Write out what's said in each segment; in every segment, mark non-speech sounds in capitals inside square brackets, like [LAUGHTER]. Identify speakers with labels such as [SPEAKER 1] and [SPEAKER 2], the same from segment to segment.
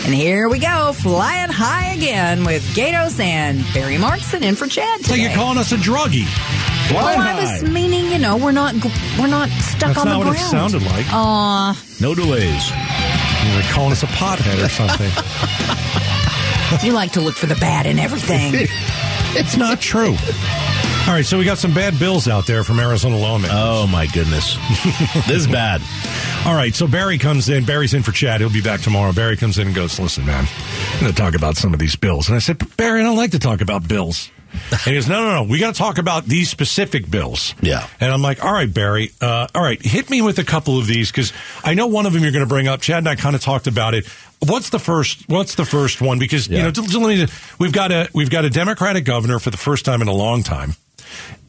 [SPEAKER 1] And here we go, flying high again with Gatos and Barry Markson in for Chad.
[SPEAKER 2] So
[SPEAKER 1] today.
[SPEAKER 2] you're calling us a druggie?
[SPEAKER 1] Well,
[SPEAKER 2] Flying
[SPEAKER 1] I was meaning, you know, we're not we're not stuck
[SPEAKER 2] That's
[SPEAKER 1] on
[SPEAKER 2] not
[SPEAKER 1] the
[SPEAKER 2] what it
[SPEAKER 1] ground.
[SPEAKER 2] sounded like.
[SPEAKER 1] Aw,
[SPEAKER 2] No delays. You were calling us a pothead or
[SPEAKER 3] [LAUGHS]
[SPEAKER 2] something.
[SPEAKER 1] you like to look for the bad in
[SPEAKER 2] [LAUGHS]
[SPEAKER 1] everything.
[SPEAKER 2] it's not true. All right, so we got some bad bills out there from Arizona lawmakers.
[SPEAKER 3] Oh my
[SPEAKER 2] [LAUGHS]
[SPEAKER 3] goodness, this is bad.
[SPEAKER 2] All right, so Barry comes in. Barry's in for Chad. He'll be back tomorrow. Barry comes in and goes, "Listen, man, I'm going to talk about some of these bills." And I said, but "Barry, I don't like to talk about bills." And he goes, "No, no, no. We got to talk about these specific bills."
[SPEAKER 3] Yeah.
[SPEAKER 2] And I'm like, "All right, Barry. Uh, all right, hit me with a couple of these because I know one of them you're going to bring up." Chad and I kind of talked about it. What's the first? What's the first one? Because you
[SPEAKER 3] Yeah.
[SPEAKER 2] know, d- d- let me- we've got a we've got a Democratic governor for the first time in a long time.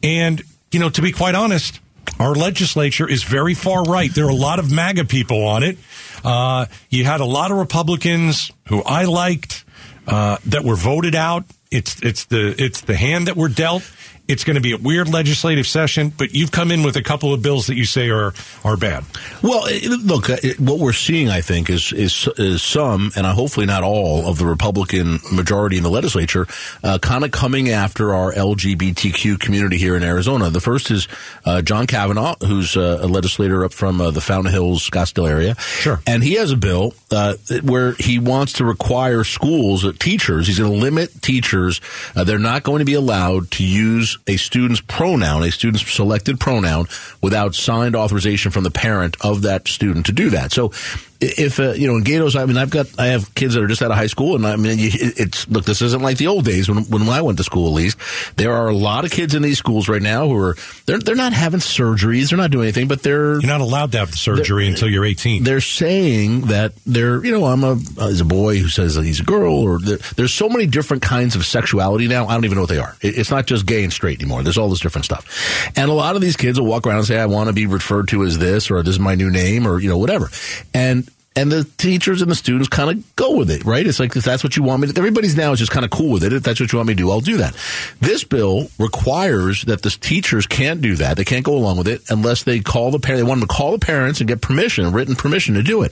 [SPEAKER 2] And, you know, to be quite honest, our legislature is very far right. There are a lot of MAGA people on it. Uh, you had a lot of Republicans who I liked uh, that were voted out. It's it's the it's the hand that we're dealt. It's going to be a weird legislative session, but you've come in with a couple of bills that you say are are bad.
[SPEAKER 3] Well, it- look, uh, it- what we're seeing, I think, is is, is some, and uh, hopefully not all, of the Republican majority in the legislature, uh, kind of coming after our LGBTQ community here in Arizona. The first is uh, John Kavanaugh, who's uh, a legislator up from uh, the Fountain Hills, Scottsdale area.
[SPEAKER 2] Sure.
[SPEAKER 3] and he has a bill uh, where he wants to require schools, uh, teachers. He's going to limit teachers. Uh, they're not going to be allowed to use a student's pronoun, a student's selected pronoun, without signed authorization from the parent of that student to do that. So. i- If uh, you know in Gatos, I mean, I've got I have kids that are just out of high school, and I mean, you- it- it's look, this isn't like the old days when when I went to school. At least there are a lot of kids in these schools right now who are they're they're not having surgeries, they're not doing anything, but they're
[SPEAKER 2] You're not allowed to have the surgery until you're 18.
[SPEAKER 3] they're saying that they're you know I'm a as a boy who says that he's a girl or there, there's so many different kinds of sexuality now I don't even know what they are It- it's not just gay and straight anymore there's all this different stuff and a lot of these kids will walk around and say I want to be referred to as this or this is my new name or you know whatever and and the teachers and the students kind of go with it, right? It's like, if that's what you want me to, everybody's now is just kind of cool with it. If that's what you want me to do, I'll do that. This bill requires that the teachers can't do that. They can't go along with it unless they call the parent. They want them to call the parents and get permission, written permission to do it.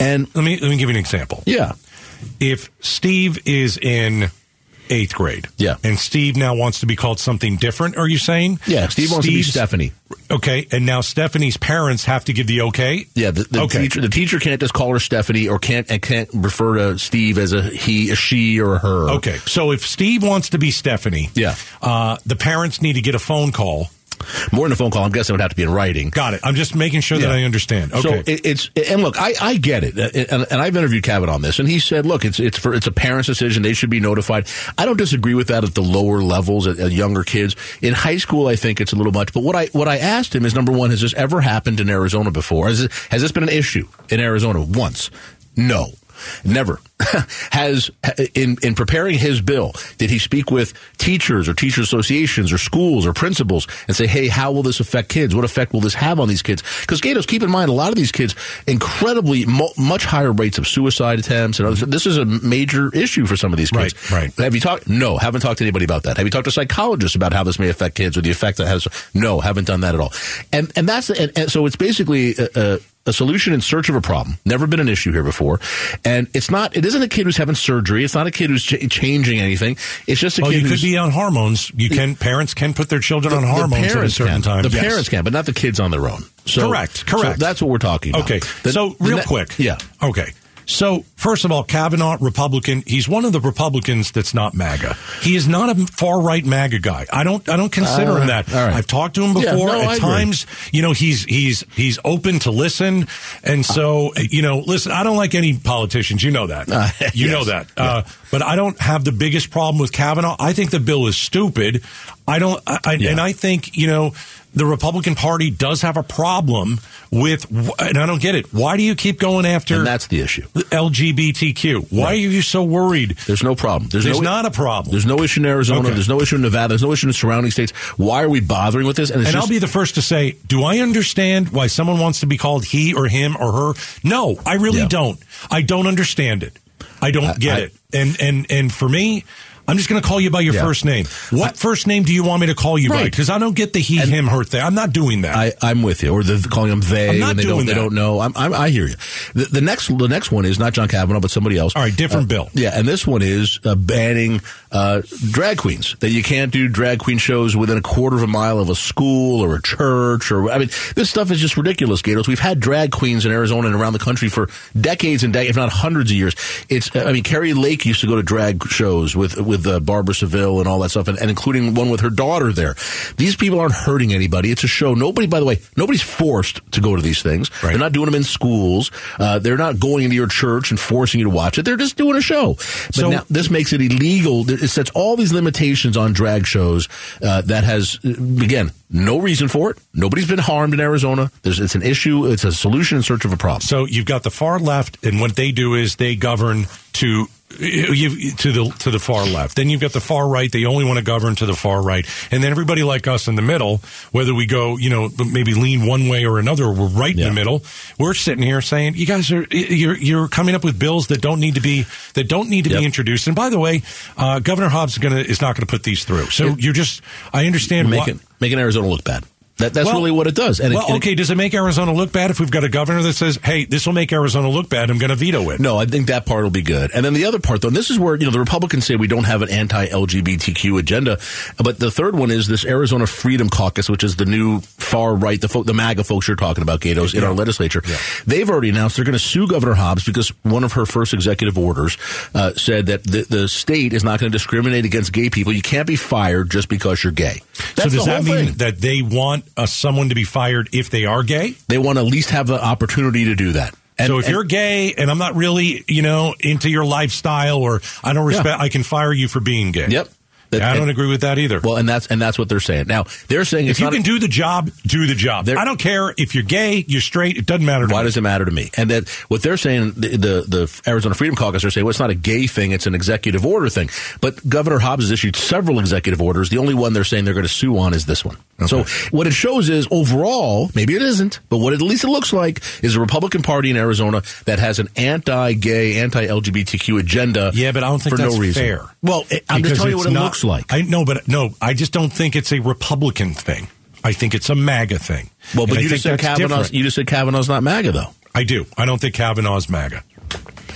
[SPEAKER 3] And
[SPEAKER 2] Let me let me give you an example.
[SPEAKER 3] yeah,
[SPEAKER 2] if Steve is in eighth grade,
[SPEAKER 3] Yeah.
[SPEAKER 2] and Steve now wants to be called something different, are you saying?
[SPEAKER 3] yeah, Steve wants to be
[SPEAKER 2] Steve's-
[SPEAKER 3] Stephanie.
[SPEAKER 2] Okay, and now Stephanie's parents have to give the okay.
[SPEAKER 3] Yeah, the, the
[SPEAKER 2] Okay.
[SPEAKER 3] teacher the teacher can't just call her Stephanie or can't and can't refer to Steve as a he, a she, or a her.
[SPEAKER 2] Okay, so if Steve wants to be Stephanie,
[SPEAKER 3] Yeah.
[SPEAKER 2] uh, the parents need to get a phone call.
[SPEAKER 3] more than a phone call. I'm guessing it would have to be in writing.
[SPEAKER 2] Got it. I'm just making sure that
[SPEAKER 3] Yeah.
[SPEAKER 2] I understand. Okay,
[SPEAKER 3] So it, it's and look, I, I get it, and, and I've interviewed Kavanaugh on this, and he said, look, it's it's for it's a parent's decision; they should be notified. I don't disagree with that at the lower levels, at, at younger kids. In high school, I think it's a little much. But what I what I asked him is number one: has this ever happened in Arizona before? Has it, has this been an issue in Arizona once? No. Never [LAUGHS] has in in preparing his bill. Did he speak with teachers or teacher associations or schools or principals and say, "Hey, how will this affect kids? What effect will this have on these kids?" Because Gatos, keep in mind, a lot of these kids incredibly mo- much higher rates of suicide attempts and others. This is a major issue for some of these kids.
[SPEAKER 2] Right, right.
[SPEAKER 3] Have you talked? No, haven't talked to anybody about that. Have you talked to psychologists about how this may affect kids or the effect that has? No, haven't done that at all. And and that's and, and so it's basically a, a, a solution in search of a problem. Never been an issue here before, and it's not. It isn't a kid who's having surgery. It's not a kid who's ch- changing anything. It's just a
[SPEAKER 2] well,
[SPEAKER 3] kid
[SPEAKER 2] Oh, you could
[SPEAKER 3] who's
[SPEAKER 2] be on hormones. You can parents can put their children on hormones at a
[SPEAKER 3] parents
[SPEAKER 2] certain
[SPEAKER 3] can.
[SPEAKER 2] time.
[SPEAKER 3] The
[SPEAKER 2] Yes.
[SPEAKER 3] parents can, but not the kids on their own. So,
[SPEAKER 2] Correct,
[SPEAKER 3] so
[SPEAKER 2] correct.
[SPEAKER 3] that's what we're talking about.
[SPEAKER 2] Okay.
[SPEAKER 3] The-
[SPEAKER 2] so,
[SPEAKER 3] the
[SPEAKER 2] real
[SPEAKER 3] ne-
[SPEAKER 2] quick.
[SPEAKER 3] Yeah.
[SPEAKER 2] Okay. So, first of all, Kavanaugh, Republican. He's one of the Republicans that's not MAGA. He is not a far right MAGA guy. I don't. I don't consider him that.
[SPEAKER 3] all right.
[SPEAKER 2] I've talked to him
[SPEAKER 3] Yeah,
[SPEAKER 2] before.
[SPEAKER 3] no,
[SPEAKER 2] At
[SPEAKER 3] I agree.
[SPEAKER 2] times, you know, he's he's he's open to listen, and so you know, listen. I don't like any politicians. You know
[SPEAKER 3] [LAUGHS]
[SPEAKER 2] that.
[SPEAKER 3] Uh,
[SPEAKER 2] you
[SPEAKER 3] yes.
[SPEAKER 2] know that. Uh, but I don't have the biggest problem with Kavanaugh. I think the bill is stupid. I don't. I, I,
[SPEAKER 3] Yeah.
[SPEAKER 2] And I think you know the Republican Party does have a problem with, and I don't get it. Why do you keep going after
[SPEAKER 3] And that's the issue.
[SPEAKER 2] LGBTQ? Why are you so worried?
[SPEAKER 3] There's no problem. There's,
[SPEAKER 2] There's
[SPEAKER 3] no,
[SPEAKER 2] not a problem.
[SPEAKER 3] There's no issue in Arizona.
[SPEAKER 2] Okay.
[SPEAKER 3] There's no issue in Nevada. There's no issue in surrounding states. Why are we bothering with this? it's
[SPEAKER 2] And
[SPEAKER 3] just-
[SPEAKER 2] I'll be the first to say, do I understand why someone wants to be called he or him or her? No, I really
[SPEAKER 3] Yeah.
[SPEAKER 2] don't. I don't understand it. I don't get
[SPEAKER 3] I-
[SPEAKER 2] it. And and and for me, I'm just going to call you by your
[SPEAKER 3] Yeah.
[SPEAKER 2] first name. What first name do you want me to call you by?
[SPEAKER 3] Right.
[SPEAKER 2] Because I don't get the he, him, her thing. I'm not doing that.
[SPEAKER 3] I, I'm with you, or the, calling them they
[SPEAKER 2] I'm not
[SPEAKER 3] when they
[SPEAKER 2] doing
[SPEAKER 3] don't they
[SPEAKER 2] that.
[SPEAKER 3] don't know. I'm, I'm, I hear you. The, the next the next one is not John Kavanaugh, but somebody else.
[SPEAKER 2] All right, different bill.
[SPEAKER 3] Yeah, and this one is uh, banning uh, drag queens that you can't do drag queen shows within a quarter of a mile of a school or a church or I mean this stuff is just ridiculous, Gators. We've had drag queens in Arizona and around the country for decades and decades, if not hundreds of years. It's uh, I mean Carrie Lake used to go to drag shows with with uh, Barbara Seville and all that stuff, and, and including one with her daughter there. These people aren't hurting anybody. It's a show. Nobody, by the way, nobody's forced to go to these things.
[SPEAKER 2] Right.
[SPEAKER 3] They're not doing them in schools. Uh, they're not going into your church and forcing you to watch it. They're just doing a show. But
[SPEAKER 2] So-
[SPEAKER 3] now this makes it illegal. It sets all these limitations on drag shows uh, that has, uh, again, no reason for it. Nobody's been harmed in Arizona. There's, it's an issue. It's a solution in search of a problem.
[SPEAKER 2] So you've got the far left, and what they do is they govern to eh, you to the to the far left. Then you've got the far right; they only want to govern to the far right. And then everybody like us in the middle, whether we go, you know, maybe lean one way or another, or we're right in
[SPEAKER 3] Yeah.
[SPEAKER 2] the middle. We're sitting here saying, "You guys are you're you're coming up with bills that don't need to be that don't need to
[SPEAKER 3] Yep.
[SPEAKER 2] be introduced." And by the way, uh, Governor Hobbs is gonna is not going to put these through. So you're just I understand why-
[SPEAKER 3] Making, making Arizona look bad. That, that's
[SPEAKER 2] Well-
[SPEAKER 3] really what it does. And it-
[SPEAKER 2] well,
[SPEAKER 3] and it-
[SPEAKER 2] okay. Does it make Arizona look bad if we've got a governor that says, "Hey, this will make Arizona look bad. I'm going to veto it."
[SPEAKER 3] No, I think that part will be good. And then the other part, though, and this is where, you know, the Republicans say we don't have an anti LGBTQ agenda. But the third one is this Arizona Freedom Caucus, which is the new far right, the, fo- the MAGA folks you're talking about, Gatos, in our legislature. They've already announced they're going to sue Governor Hobbs because one of her first executive orders uh, said that the, the state is not going to discriminate against gay people. You can't be fired just because you're gay.
[SPEAKER 2] so
[SPEAKER 3] That's
[SPEAKER 2] does
[SPEAKER 3] the
[SPEAKER 2] that
[SPEAKER 3] whole
[SPEAKER 2] mean
[SPEAKER 3] thing.
[SPEAKER 2] that they want uh, someone to be fired if they are gay?
[SPEAKER 3] they want to at least have the opportunity to do that. And-
[SPEAKER 2] so if
[SPEAKER 3] and-
[SPEAKER 2] you're gay and I'm not really, you know, into your lifestyle or I don't respect, I can fire you for being gay.
[SPEAKER 3] Yep. That-
[SPEAKER 2] I don't
[SPEAKER 3] and-
[SPEAKER 2] agree with that either.
[SPEAKER 3] well, and that's and that's what they're saying. Now they're saying it's
[SPEAKER 2] if you
[SPEAKER 3] not a-
[SPEAKER 2] can do the job, do the job.
[SPEAKER 3] There-
[SPEAKER 2] I don't care if you're gay, you're straight. It doesn't matter. To
[SPEAKER 3] Why
[SPEAKER 2] me.
[SPEAKER 3] does it matter to me? And that what they're saying, the, the the Arizona Freedom Caucus are saying, well, it's not a gay thing; it's an executive order thing. But Governor Hobbs has issued several executive orders. The only one they're saying they're going to sue on is this one. So what it shows is overall, maybe it isn't, but what at least it looks like is a Republican Party in Arizona that has an anti-gay, anti-LGBTQ agenda.
[SPEAKER 2] Yeah, but I don't think
[SPEAKER 3] for
[SPEAKER 2] that's
[SPEAKER 3] no reason.
[SPEAKER 2] fair.
[SPEAKER 3] Well, it, I'm just
[SPEAKER 2] Because
[SPEAKER 3] telling you
[SPEAKER 2] it's
[SPEAKER 3] what it
[SPEAKER 2] not-
[SPEAKER 3] looks like.
[SPEAKER 2] I no, but no, I just don't think it's a Republican thing. I think it's a MAGA thing.
[SPEAKER 3] well,
[SPEAKER 2] And
[SPEAKER 3] but
[SPEAKER 2] I
[SPEAKER 3] you
[SPEAKER 2] think
[SPEAKER 3] just said
[SPEAKER 2] that's
[SPEAKER 3] Kavanaugh's. e-
[SPEAKER 2] different.
[SPEAKER 3] You just said Kavanaugh's not MAGA though.
[SPEAKER 2] I do. I don't think Kavanaugh's MAGA.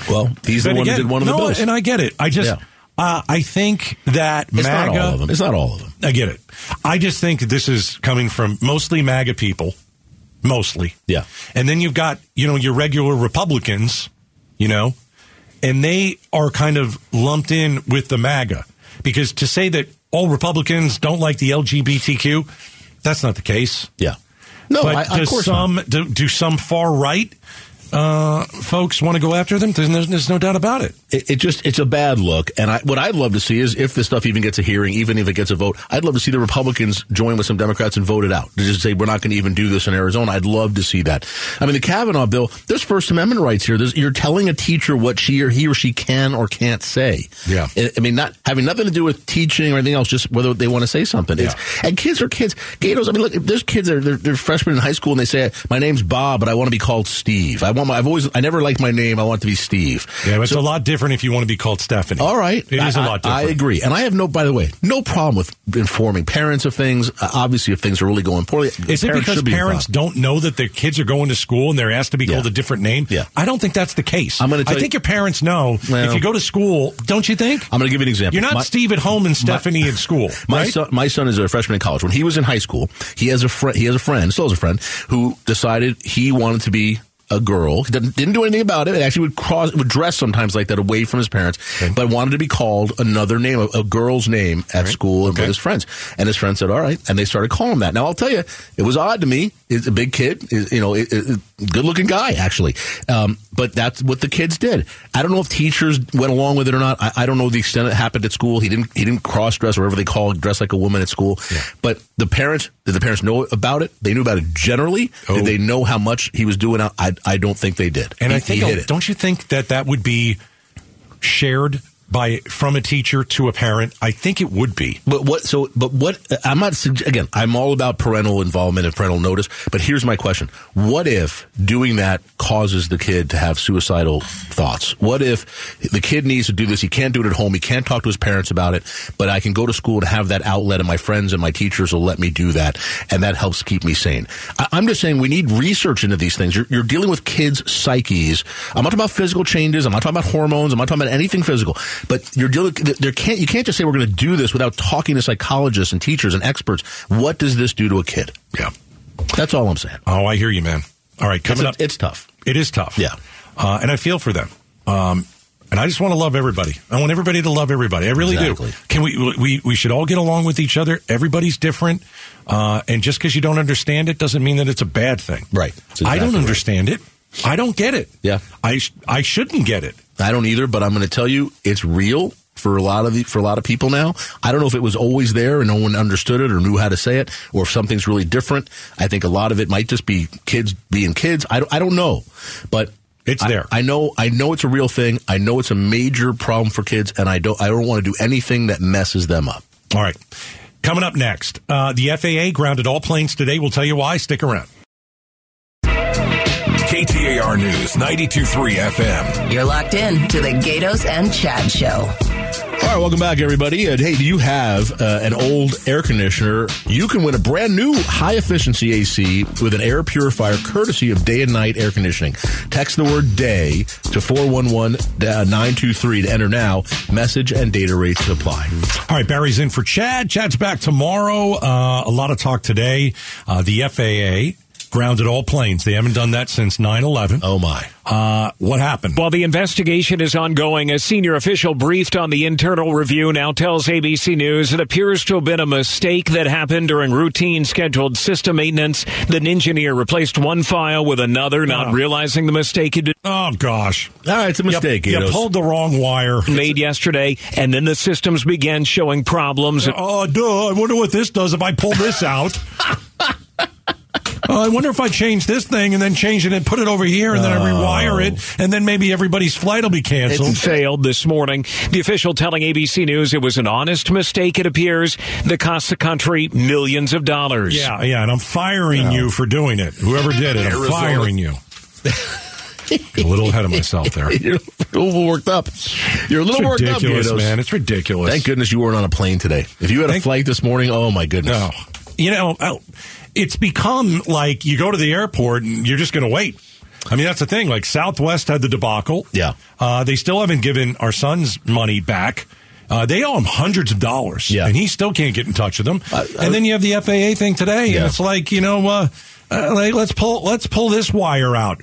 [SPEAKER 3] Well, he's the
[SPEAKER 2] Then
[SPEAKER 3] one
[SPEAKER 2] again,
[SPEAKER 3] who did one of
[SPEAKER 2] no,
[SPEAKER 3] the bills.
[SPEAKER 2] and I get it. I just, uh, I think that
[SPEAKER 3] it's
[SPEAKER 2] MAGA.
[SPEAKER 3] not all of them. It's not all of them.
[SPEAKER 2] I get it. I just think this is coming from mostly MAGA people, mostly.
[SPEAKER 3] Yeah.
[SPEAKER 2] And then you've got you know your regular Republicans, you know, and they are kind of lumped in with the MAGA because to say that all Republicans don't like the LGBTQ, that's not the case.
[SPEAKER 3] Yeah. No,
[SPEAKER 2] but
[SPEAKER 3] I, of
[SPEAKER 2] does
[SPEAKER 3] course not.
[SPEAKER 2] some do, do some far right uh, folks want to go after them? There's no, there's no doubt about it.
[SPEAKER 3] It, it just it's a bad look. And I, what I'd love to see is if this stuff even gets a hearing, even if it gets a vote, I'd love to see the Republicans join with some Democrats and vote it out. To just say we're not going to even do this in Arizona. I'd love to see that. I mean, the Kavanaugh bill. There's First Amendment rights here. There's, you're telling a teacher what she or he or she can or can't say.
[SPEAKER 2] Yeah.
[SPEAKER 3] I- I mean, not having nothing to do with teaching or anything else. Just whether they want to say something. It's, and kids are kids. Gatos. I mean, look, if there's kids that are they're, they're freshmen in high school and they say, "My name's Bob, but I want to be called Steve. I want my. I've always. I never liked my name. I want to be Steve."
[SPEAKER 2] Yeah, but it's a lot different if you want to be called Stephanie.
[SPEAKER 3] All right,
[SPEAKER 2] it is a
[SPEAKER 3] I-
[SPEAKER 2] lot
[SPEAKER 3] I,
[SPEAKER 2] different.
[SPEAKER 3] I agree, and I have no. By the way, no problem with informing parents of things. Uh, obviously, if things are really going poorly,
[SPEAKER 2] Is it because
[SPEAKER 3] should be
[SPEAKER 2] parents
[SPEAKER 3] involved.
[SPEAKER 2] don't know that their kids are going to school and they're asked to be
[SPEAKER 3] Yeah.
[SPEAKER 2] called a different name?
[SPEAKER 3] Yeah.
[SPEAKER 2] I don't think that's the case.
[SPEAKER 3] I'm gonna
[SPEAKER 2] I
[SPEAKER 3] tell you-
[SPEAKER 2] think your parents know if
[SPEAKER 3] Well-
[SPEAKER 2] you go to school, don't you think?
[SPEAKER 3] I'm going to give you an example.
[SPEAKER 2] You're not
[SPEAKER 3] My-
[SPEAKER 2] Steve at home and Stephanie at school,
[SPEAKER 3] [LAUGHS] My
[SPEAKER 2] right?
[SPEAKER 3] son, my son is a freshman in college. When he was in high school, he has a friend. He has a friend, still has a friend, who decided he wanted to be a girl. He Didn't, didn't do anything about it. It actually would cross, would dress sometimes like that away from his parents, but wanted to be called another name, a, a girl's name at school, and with his friends. And his friends said, "All right," and they started calling him that. Now I'll tell you, it was odd to me. He's a big kid, is you know, it, it, good looking guy actually. Um, but that's what the kids did. I don't know if teachers went along with it or not. I, I don't know the extent it happened at school. He didn't he didn't cross dress or whatever they call it, dress like a woman at school. But the parents did the parents know about it? They knew about it generally.
[SPEAKER 2] Oh.
[SPEAKER 3] Did they know how much he was doing? I I don't think they did.
[SPEAKER 2] and
[SPEAKER 3] He-
[SPEAKER 2] I think,
[SPEAKER 3] he hit it.
[SPEAKER 2] don't you think that that would be shared by from a teacher to a parent, I think it would be.
[SPEAKER 3] But what? So, but what? I'm not sugge- again. I'm all about parental involvement and parental notice. But here's my question: What if doing that causes the kid to have suicidal thoughts? What if the kid needs to do this? He can't do it at home. He can't talk to his parents about it. But I can go to school to have that outlet, and my friends and my teachers will let me do that, and that helps keep me sane. I, I'm just saying we need research into these things. You're, you're dealing with kids' psyches. I'm not talking about physical changes. I'm not talking about hormones. I'm not talking about anything physical. But you're dealing. There can't you can't just say we're going to do this without talking to psychologists and teachers and experts. What does this do to a kid?
[SPEAKER 2] Yeah.
[SPEAKER 3] That's all I'm saying.
[SPEAKER 2] Oh, I hear you, man. All right,
[SPEAKER 3] It's,
[SPEAKER 2] coming up,
[SPEAKER 3] it's tough.
[SPEAKER 2] it is tough.
[SPEAKER 3] Yeah.
[SPEAKER 2] uh, and I feel for them. Um, and I just want to love everybody. I want everybody to love everybody. I really
[SPEAKER 3] Exactly.
[SPEAKER 2] do. Can we, we? We should all get along with each other. Everybody's different, uh, and just because you don't understand it doesn't mean that it's a bad thing.
[SPEAKER 3] Right. That's exactly
[SPEAKER 2] I don't
[SPEAKER 3] right.
[SPEAKER 2] understand it. I don't get it.
[SPEAKER 3] Yeah.
[SPEAKER 2] I sh- I shouldn't get it.
[SPEAKER 3] I don't either, but I'm going to tell you it's real for a lot of the, for a lot of people now. I don't know if it was always there and no one understood it or knew how to say it, or if something's really different. I think a lot of it might just be kids being kids. I don't, I don't know, but
[SPEAKER 2] It's
[SPEAKER 3] I-
[SPEAKER 2] there.
[SPEAKER 3] I know I know it's a real thing. I know it's a major problem for kids, and I don't I don't want to do anything that messes them up.
[SPEAKER 2] All right. Coming up next, uh, the FAA grounded all planes today. We'll tell you why. Stick around.
[SPEAKER 4] KTAR News 923 FM.
[SPEAKER 5] You're locked in to the Gatos and Chad Show.
[SPEAKER 3] All right, welcome back, everybody. And hey, do you have uh, an old air conditioner? You can win a brand new high efficiency AC with an air purifier courtesy of Day and Night Air Conditioning. Text the word DAY to 411 uh, 923 to enter now. Message and data rates apply.
[SPEAKER 2] All right, Barry's in for Chad. Chad's back tomorrow. Uh, a lot of talk today. Uh, the FAA grounded all planes. They haven't done that since 9 11.
[SPEAKER 3] Oh, my.
[SPEAKER 2] Uh, what happened?
[SPEAKER 6] While the investigation is ongoing, a senior official briefed on the internal review now tells ABC News it appears to have been a mistake that happened during routine scheduled system maintenance. The engineer replaced one file with another, not realizing the mistake he'd
[SPEAKER 2] Oh, gosh.
[SPEAKER 3] All right, it's a mistake.
[SPEAKER 2] you, you
[SPEAKER 3] Gatos.
[SPEAKER 2] pulled the wrong wire.
[SPEAKER 6] made yesterday, and then the systems began showing problems.
[SPEAKER 2] Oh, duh. I wonder what this does if I pull this out. Oh, I wonder if I change this thing and then change it and put it over here and then I rewire it and then maybe everybody's flight will be canceled.
[SPEAKER 6] failed this morning. The official telling ABC News it was an honest mistake, it appears, that cost the country millions of dollars.
[SPEAKER 2] Yeah, yeah, and I'm firing you for doing it. Whoever did it, I'm
[SPEAKER 4] Arizona.
[SPEAKER 2] firing
[SPEAKER 3] [LAUGHS]
[SPEAKER 2] you. a little ahead of myself there.
[SPEAKER 3] [LAUGHS] You're a little worked up. You're a
[SPEAKER 2] It's
[SPEAKER 3] little worked up,
[SPEAKER 2] ridiculous,
[SPEAKER 3] Gatos.
[SPEAKER 2] man. It's ridiculous.
[SPEAKER 3] Thank goodness you weren't on a plane today. If you had a
[SPEAKER 2] Thank-
[SPEAKER 3] flight this morning, oh, my goodness.
[SPEAKER 2] No, you know, I- it's become like you go to the airport and you're just going to wait. I mean, that's the thing. Like Southwest had the debacle.
[SPEAKER 3] Yeah.
[SPEAKER 2] uh, they still haven't given our son's money back. Uh, they owe him hundreds of dollars,
[SPEAKER 3] Yeah.
[SPEAKER 2] and he still can't get in touch with them.
[SPEAKER 3] I- I-
[SPEAKER 2] and then you have the FAA thing today,
[SPEAKER 3] Yeah.
[SPEAKER 2] and it's like you know, uh, uh, like, let's pull let's pull this wire out.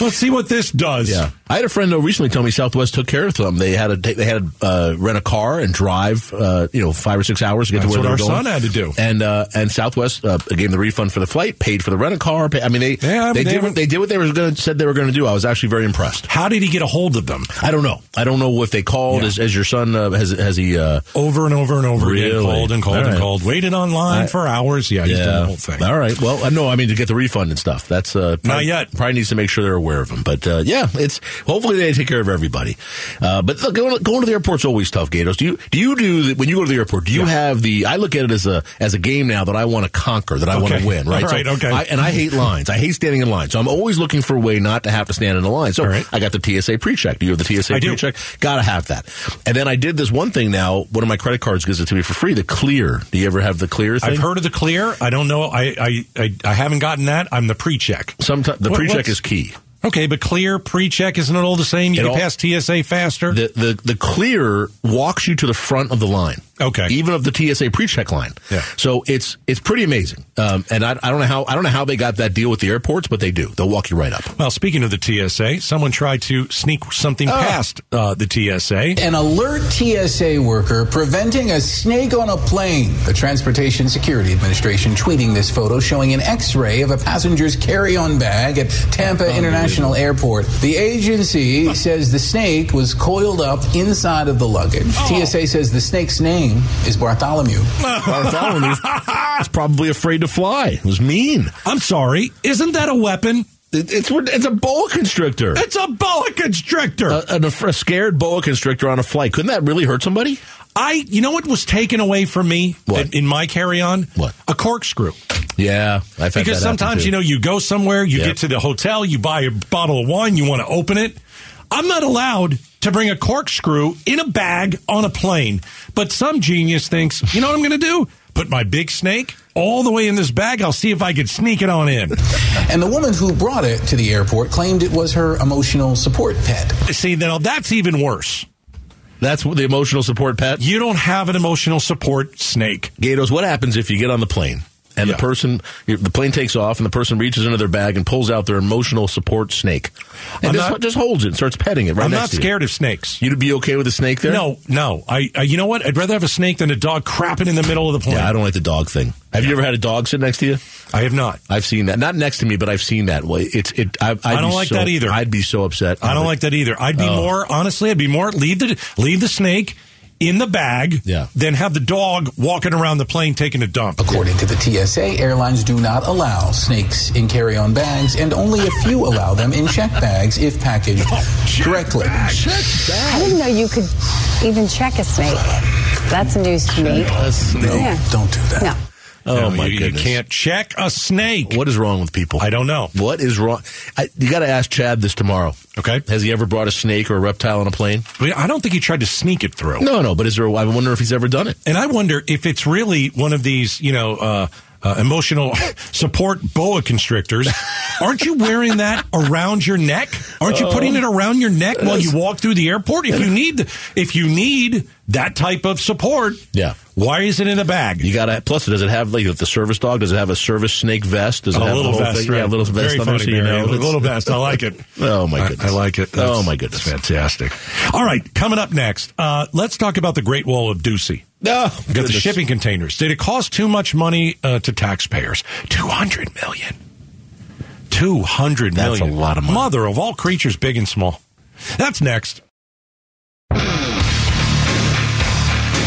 [SPEAKER 2] Let's see what this does.
[SPEAKER 3] Yeah, I had a friend though recently tell me Southwest took care of them. They had a they had to uh, rent a car and drive, uh, you know, five or six hours to get
[SPEAKER 2] That's
[SPEAKER 3] to where
[SPEAKER 2] what
[SPEAKER 3] they were
[SPEAKER 2] our
[SPEAKER 3] going.
[SPEAKER 2] son had to do.
[SPEAKER 3] And uh, and Southwest uh, gave them the refund for the flight, paid for the rent a car. Pay, I mean, they
[SPEAKER 2] Yeah, but they
[SPEAKER 3] they, did
[SPEAKER 2] haven't-
[SPEAKER 3] what they did what they were going to said they were going to do. I was actually very impressed.
[SPEAKER 2] How did he get a hold of them?
[SPEAKER 3] I don't know. I don't know if they called
[SPEAKER 2] Yeah.
[SPEAKER 3] as, as your son uh, has has he. Uh,
[SPEAKER 2] Over and over and over again,
[SPEAKER 3] Really?
[SPEAKER 2] called and called
[SPEAKER 3] All
[SPEAKER 2] and
[SPEAKER 3] right.
[SPEAKER 2] called, waited online
[SPEAKER 3] I-
[SPEAKER 2] for hours. Yeah, he's done the whole thing.
[SPEAKER 3] All right. Well, uh, no, I mean to get the refund and stuff. That's uh, probably,
[SPEAKER 2] yet.
[SPEAKER 3] Probably needs to make sure they're aware of them. But uh, yeah, it's hopefully they take care of everybody. Uh, but look, going, going to the airport's always tough. Gatos, do you do you do the, when you go to the airport? Do you have the? I look at it as a as a game now that I want to conquer, that I want
[SPEAKER 2] Okay.
[SPEAKER 3] to win. Right.
[SPEAKER 2] All right, okay.
[SPEAKER 3] I, and I hate lines. I hate standing in line. So I'm always looking for a way not to have to stand in a line. So
[SPEAKER 2] All right.
[SPEAKER 3] I got the TSA pre-check. Do you have the TSA
[SPEAKER 2] I do.
[SPEAKER 3] pre-check? Gotta have that. And then I did this one thing now. One of my credit cards gives it to me for free. The clear. Do you ever have the clear? Thing?
[SPEAKER 2] I've heard of the clear. I don't know. I I, I, I haven't gotten that. I'm the pre-check.
[SPEAKER 3] Sometimes the
[SPEAKER 2] What-
[SPEAKER 3] pre-check
[SPEAKER 2] what's-
[SPEAKER 3] is key.
[SPEAKER 2] Okay, but clear pre-check isn't it all the same? You
[SPEAKER 3] It
[SPEAKER 2] can
[SPEAKER 3] all-
[SPEAKER 2] pass TSA faster.
[SPEAKER 3] The the the clear walks you to the front of the line.
[SPEAKER 2] Okay.
[SPEAKER 3] even of the TSA pre-check line.
[SPEAKER 2] Yeah.
[SPEAKER 3] So it's it's pretty amazing. Um, and I, I don't know how I don't know how they got that deal with the airports, but they do. They'll walk you
[SPEAKER 2] [LAUGHS]
[SPEAKER 3] right up.
[SPEAKER 2] well, speaking of the TSA, someone tried to sneak something
[SPEAKER 3] Oh.
[SPEAKER 2] past uh, the TSA.
[SPEAKER 7] An alert TSA worker preventing a snake on a plane. The Transportation Security Administration tweeting this photo showing an x ray of a passenger's carry on bag at Tampa International Airport. The agency says the snake was coiled up inside of the luggage. TSA says the snake's name is Bartholomew.
[SPEAKER 3] Bartholomew was probably afraid to fly. It was mean.
[SPEAKER 2] I'm sorry, isn't that a weapon?
[SPEAKER 3] It- It's it's a boa constrictor.
[SPEAKER 2] It's a boa constrictor.
[SPEAKER 3] A, a, a scared boa constrictor on a flight. Couldn't that really hurt somebody?
[SPEAKER 2] I, you know what was taken away from me
[SPEAKER 3] What?
[SPEAKER 2] in, in my carry-on?
[SPEAKER 3] What?
[SPEAKER 2] A corkscrew.
[SPEAKER 3] Yeah, I've had
[SPEAKER 2] Because
[SPEAKER 3] that happen,
[SPEAKER 2] sometimes
[SPEAKER 3] too.
[SPEAKER 2] you know you go somewhere, you
[SPEAKER 3] Yep.
[SPEAKER 2] get to the hotel, you buy a bottle of wine, you want to open it. I'm not allowed to bring a corkscrew in a bag on a plane. But some genius thinks, you know what I'm going to do? Put my big snake all the way in this bag. I'll see if I can sneak it on in. [LAUGHS]
[SPEAKER 7] And the woman who brought it to the airport claimed it was her emotional support pet.
[SPEAKER 2] see, now that's even worse.
[SPEAKER 3] that's what the emotional support pet.
[SPEAKER 2] You don't have an emotional support snake.
[SPEAKER 3] Gatos, what happens if you get on the plane and
[SPEAKER 2] Yeah.
[SPEAKER 3] the person, the plane takes off and the person reaches into their bag and pulls out their emotional support snake
[SPEAKER 2] I'm
[SPEAKER 3] and just,
[SPEAKER 2] not-
[SPEAKER 3] just holds it and starts petting it right
[SPEAKER 2] I'm not
[SPEAKER 3] next to
[SPEAKER 2] scared of snakes.
[SPEAKER 3] you? You'd be okay with a snake there?
[SPEAKER 2] No, no. I, I you know what? I'd rather have a snake than a dog crapping in the middle of the plane.
[SPEAKER 3] Yeah, I don't like the dog thing. Have you ever had a dog sit next to you?
[SPEAKER 2] I have not.
[SPEAKER 3] I've seen that. Not next to me, but I've seen that. Well, It's it. I, I'd
[SPEAKER 2] I don't
[SPEAKER 3] be
[SPEAKER 2] like
[SPEAKER 3] so-
[SPEAKER 2] that either.
[SPEAKER 3] I'd be so upset.
[SPEAKER 2] I don't like that either. I'd
[SPEAKER 3] Oh.
[SPEAKER 2] be more honestly. I'd be more leave the leave the snake in the bag
[SPEAKER 3] Yeah.
[SPEAKER 2] than have the dog walking around the plane taking a dump.
[SPEAKER 7] According to the TSA, airlines do not allow snakes in carry on bags, and only a few allow them in check bags if packaged correctly.
[SPEAKER 8] I didn't know you could even check a snake. That's news to me.
[SPEAKER 7] No,
[SPEAKER 8] Yeah.
[SPEAKER 7] don't do that.
[SPEAKER 8] No.
[SPEAKER 3] Oh
[SPEAKER 2] You know,
[SPEAKER 3] my
[SPEAKER 2] you,
[SPEAKER 3] goodness!
[SPEAKER 2] You can't check a snake.
[SPEAKER 3] What is wrong with people?
[SPEAKER 2] I don't know.
[SPEAKER 3] What is wrong? I, you got to ask Chad this tomorrow.
[SPEAKER 2] Okay.
[SPEAKER 3] Has he ever brought a snake or a reptile on a plane?
[SPEAKER 2] I mean, I don't think he tried to sneak it through.
[SPEAKER 3] No, no. But is there? A, I wonder if he's ever done it.
[SPEAKER 2] And I wonder if it's really one of these, you know, uh, uh, emotional [LAUGHS] support boa constrictors. Aren't you wearing that around your neck? Aren't you putting it around your neck while you walk through the airport? If you need, if you need that type of support,
[SPEAKER 3] Yeah.
[SPEAKER 2] Why is it in a bag?
[SPEAKER 3] You got to. Plus, does it have like the service dog? Does it have a service snake vest? Does it
[SPEAKER 2] A
[SPEAKER 3] have
[SPEAKER 2] little
[SPEAKER 3] the whole
[SPEAKER 2] vest,
[SPEAKER 3] thing?
[SPEAKER 2] right?
[SPEAKER 3] Yeah, a little vest.
[SPEAKER 2] Very
[SPEAKER 3] on there
[SPEAKER 2] funny,
[SPEAKER 3] so you
[SPEAKER 2] Barry.
[SPEAKER 3] know
[SPEAKER 2] A
[SPEAKER 3] it's-
[SPEAKER 2] little vest. I like it.
[SPEAKER 3] [LAUGHS] Oh my
[SPEAKER 2] I-
[SPEAKER 3] goodness!
[SPEAKER 2] I, like it.
[SPEAKER 3] oh
[SPEAKER 2] That's-
[SPEAKER 3] my goodness!
[SPEAKER 2] that's Fantastic. All right, coming up next, uh, let's talk about the Great Wall of Ducey.
[SPEAKER 3] No,
[SPEAKER 2] We've got the shipping containers. Did it cost too much money uh, to taxpayers? Two hundred million. Two hundred
[SPEAKER 3] That's a
[SPEAKER 2] million.
[SPEAKER 3] lot of money.
[SPEAKER 2] Mother of all creatures, big and small. That's next.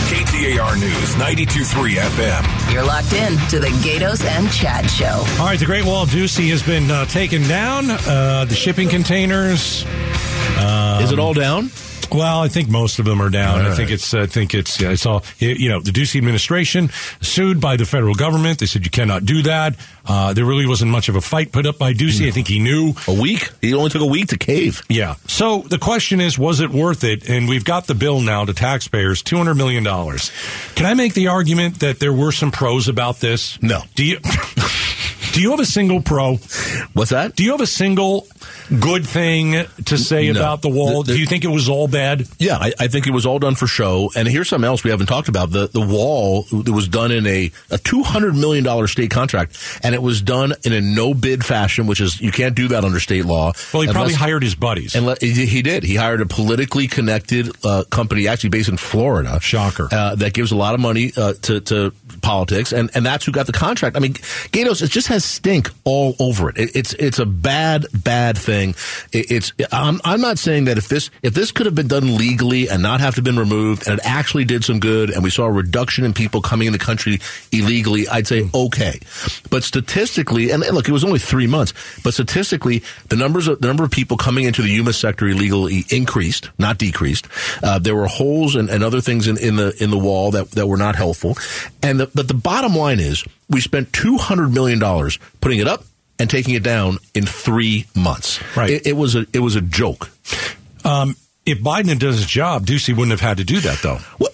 [SPEAKER 4] KTAR News 923 FM.
[SPEAKER 5] You're locked in to the Gatos and Chad Show.
[SPEAKER 2] All right, the Great Wall of Ducey has been uh, taken down. Uh, the shipping containers.
[SPEAKER 3] Is it all down?
[SPEAKER 2] Well, I think most of them are down.
[SPEAKER 3] All
[SPEAKER 2] I think
[SPEAKER 3] right.
[SPEAKER 2] it's. I think it's. Yeah, it's all. You know, the Ducey administration sued by the federal government. They said you cannot do that. Uh, there really wasn't much of a fight put up by Ducey. I think he knew.
[SPEAKER 3] A week? It only took a week to cave.
[SPEAKER 2] Yeah. So the question is, was it worth it? And we've got the bill now to taxpayers, two hundred million dollars. Can I make the argument that there were some pros about this?
[SPEAKER 3] No.
[SPEAKER 2] Do you? [LAUGHS] Do you have a single pro?
[SPEAKER 3] What's that?
[SPEAKER 2] Do you have a single good thing to say
[SPEAKER 3] No.
[SPEAKER 2] about the wall?
[SPEAKER 3] The- the-
[SPEAKER 2] Do you think it was all bad?
[SPEAKER 3] Yeah, I, I think it was all done for show. And here's something else we haven't talked about: the the wall that was done in a a two hundred million dollar state contract, and it was done in a no bid fashion, which is you can't do that under state law.
[SPEAKER 2] Well, he probably
[SPEAKER 3] Unless-
[SPEAKER 2] hired his buddies.
[SPEAKER 3] And let, he he did. He hired a politically connected uh, company, actually based in Florida.
[SPEAKER 2] Shocker.
[SPEAKER 3] Uh, that gives a lot of money uh, to, to politics, and, and that's who got the contract. I mean, Gatos, it just has stink all over it. it it's it's a bad bad thing. It, it's I'm, I'm not saying that if this if this could have been done legally and not have to been removed, and it actually did some good, and we saw a reduction in people coming in the country illegally, I'd say okay. But statistically, and look, it was only three months, but statistically, the numbers of, the number of people coming into the human sector illegally increased, not decreased. Uh, there were holes and, and other things in, in the in the wall that, that were not helpful. And the, but the bottom line is, we spent two hundred million dollars putting it up and taking it down in three months.
[SPEAKER 2] Right.
[SPEAKER 3] It, it was a it was a joke.
[SPEAKER 2] Um, if Biden had done his job, Ducey wouldn't have had to do that, though.
[SPEAKER 3] Well,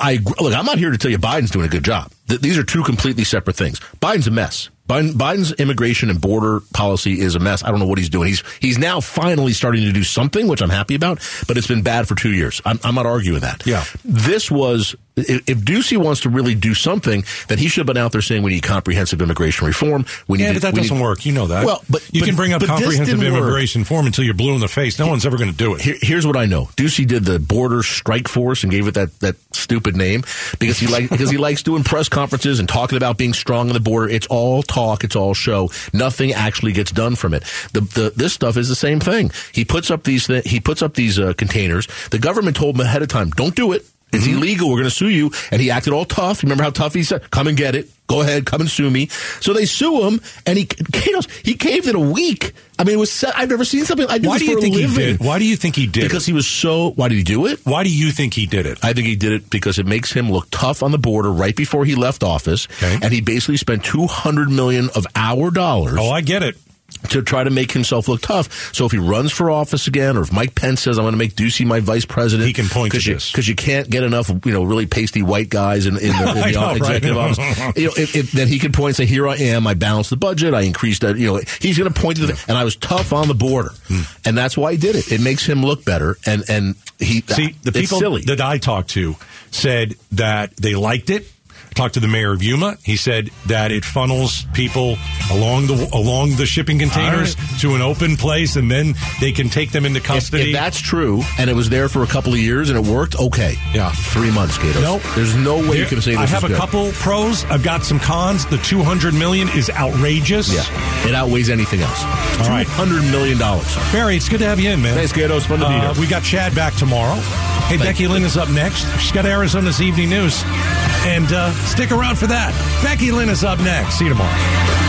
[SPEAKER 3] I look. I'm not here to tell you Biden's doing a good job. Th- these are two completely separate things. Biden's a mess. Biden, Biden's immigration and border policy is a mess. I don't know what he's doing. He's he's now finally starting to do something, which I'm happy about. But it's been bad for two years. I'm, I'm not arguing that.
[SPEAKER 2] Yeah.
[SPEAKER 3] This was if if Ducey wants to really do something, then he should have been out there saying we need comprehensive immigration reform. We need.
[SPEAKER 2] Yeah,
[SPEAKER 3] to-
[SPEAKER 2] but that
[SPEAKER 3] we need-
[SPEAKER 2] doesn't work. You know that.
[SPEAKER 3] Well, but
[SPEAKER 2] you
[SPEAKER 3] but-
[SPEAKER 2] can bring up
[SPEAKER 3] but this
[SPEAKER 2] comprehensive
[SPEAKER 3] didn't work.
[SPEAKER 2] immigration form until you're blue in the face. No one's ever going to do it.
[SPEAKER 3] Here, here's what I know: Ducey did the border strike force and gave it that, that stupid name because he like because he likes doing press conferences and talking about being strong on the border. It's all talk, it's all show. Nothing actually gets done from it. The, the this stuff is the same thing. He puts up these thi- he puts up these uh, containers. The government told him ahead of time, "Don't do it." It's
[SPEAKER 2] Mm-hmm.
[SPEAKER 3] illegal. We're going to sue you. And he acted all tough. Remember how tough he said, come and get it. Go ahead. Come and sue me. So they sue him and he, Gatos, he caved in a week. I mean, it was, se- I've never seen something. I do
[SPEAKER 2] Why do
[SPEAKER 3] this for
[SPEAKER 2] you
[SPEAKER 3] a
[SPEAKER 2] think he
[SPEAKER 3] living.
[SPEAKER 2] did? Why do you think he did?
[SPEAKER 3] Because
[SPEAKER 2] it?
[SPEAKER 3] he was so, why did he do it?
[SPEAKER 2] Why do you think he did it?
[SPEAKER 3] I think he did it because it makes him look tough on the border right before he left office.
[SPEAKER 2] Okay.
[SPEAKER 3] And he basically spent 200 million of our dollars
[SPEAKER 2] Oh, I get it.
[SPEAKER 3] to try to make himself look tough. So if he runs for office again, or if Mike Pence says, "I'm going to make Ducey my vice president,"
[SPEAKER 2] He can point
[SPEAKER 3] because
[SPEAKER 2] to
[SPEAKER 3] you,
[SPEAKER 2] this.
[SPEAKER 3] because you can't get enough, you know, really pasty white guys in, in
[SPEAKER 2] [LAUGHS]
[SPEAKER 3] the, in
[SPEAKER 2] I
[SPEAKER 3] the
[SPEAKER 2] know, right?
[SPEAKER 3] executive office. You know, if, if, then he can point and say, "Here I am. I balanced the budget. I increased that." You know, he's going to point to the and I was tough on the border,
[SPEAKER 2] Hmm.
[SPEAKER 3] and that's why he did it. It makes him look better, and and he
[SPEAKER 2] See, the
[SPEAKER 3] it's
[SPEAKER 2] people
[SPEAKER 3] silly.
[SPEAKER 2] that I talked to said that they liked it. I talked to the mayor of Yuma. He said that it funnels people along the along the shipping containers to an open place, and then they can take them into
[SPEAKER 3] if, if
[SPEAKER 2] custody.
[SPEAKER 3] that's true, and it was there for a couple of years and it worked, okay.
[SPEAKER 2] Yeah.
[SPEAKER 3] Three months, Gatos.
[SPEAKER 2] Nope.
[SPEAKER 3] There's no way you
[SPEAKER 2] There-
[SPEAKER 3] can say this
[SPEAKER 2] I have
[SPEAKER 3] is
[SPEAKER 2] a
[SPEAKER 3] good.
[SPEAKER 2] couple pros. I've got some cons. The two hundred million is outrageous.
[SPEAKER 3] Yeah, it outweighs anything else.
[SPEAKER 2] All right.
[SPEAKER 3] hundred million dollars.
[SPEAKER 2] Barry, it's good to have you in, man.
[SPEAKER 3] Thanks, Gatos. Fun to be
[SPEAKER 2] Uh,
[SPEAKER 3] here.
[SPEAKER 2] We got Chad back tomorrow. Hey,
[SPEAKER 3] Thank
[SPEAKER 2] Becky
[SPEAKER 3] you.
[SPEAKER 2] Lynn is up next. She's got Arizona's evening news. And uh, stick around for that. Becky Lynn is up next. See you tomorrow.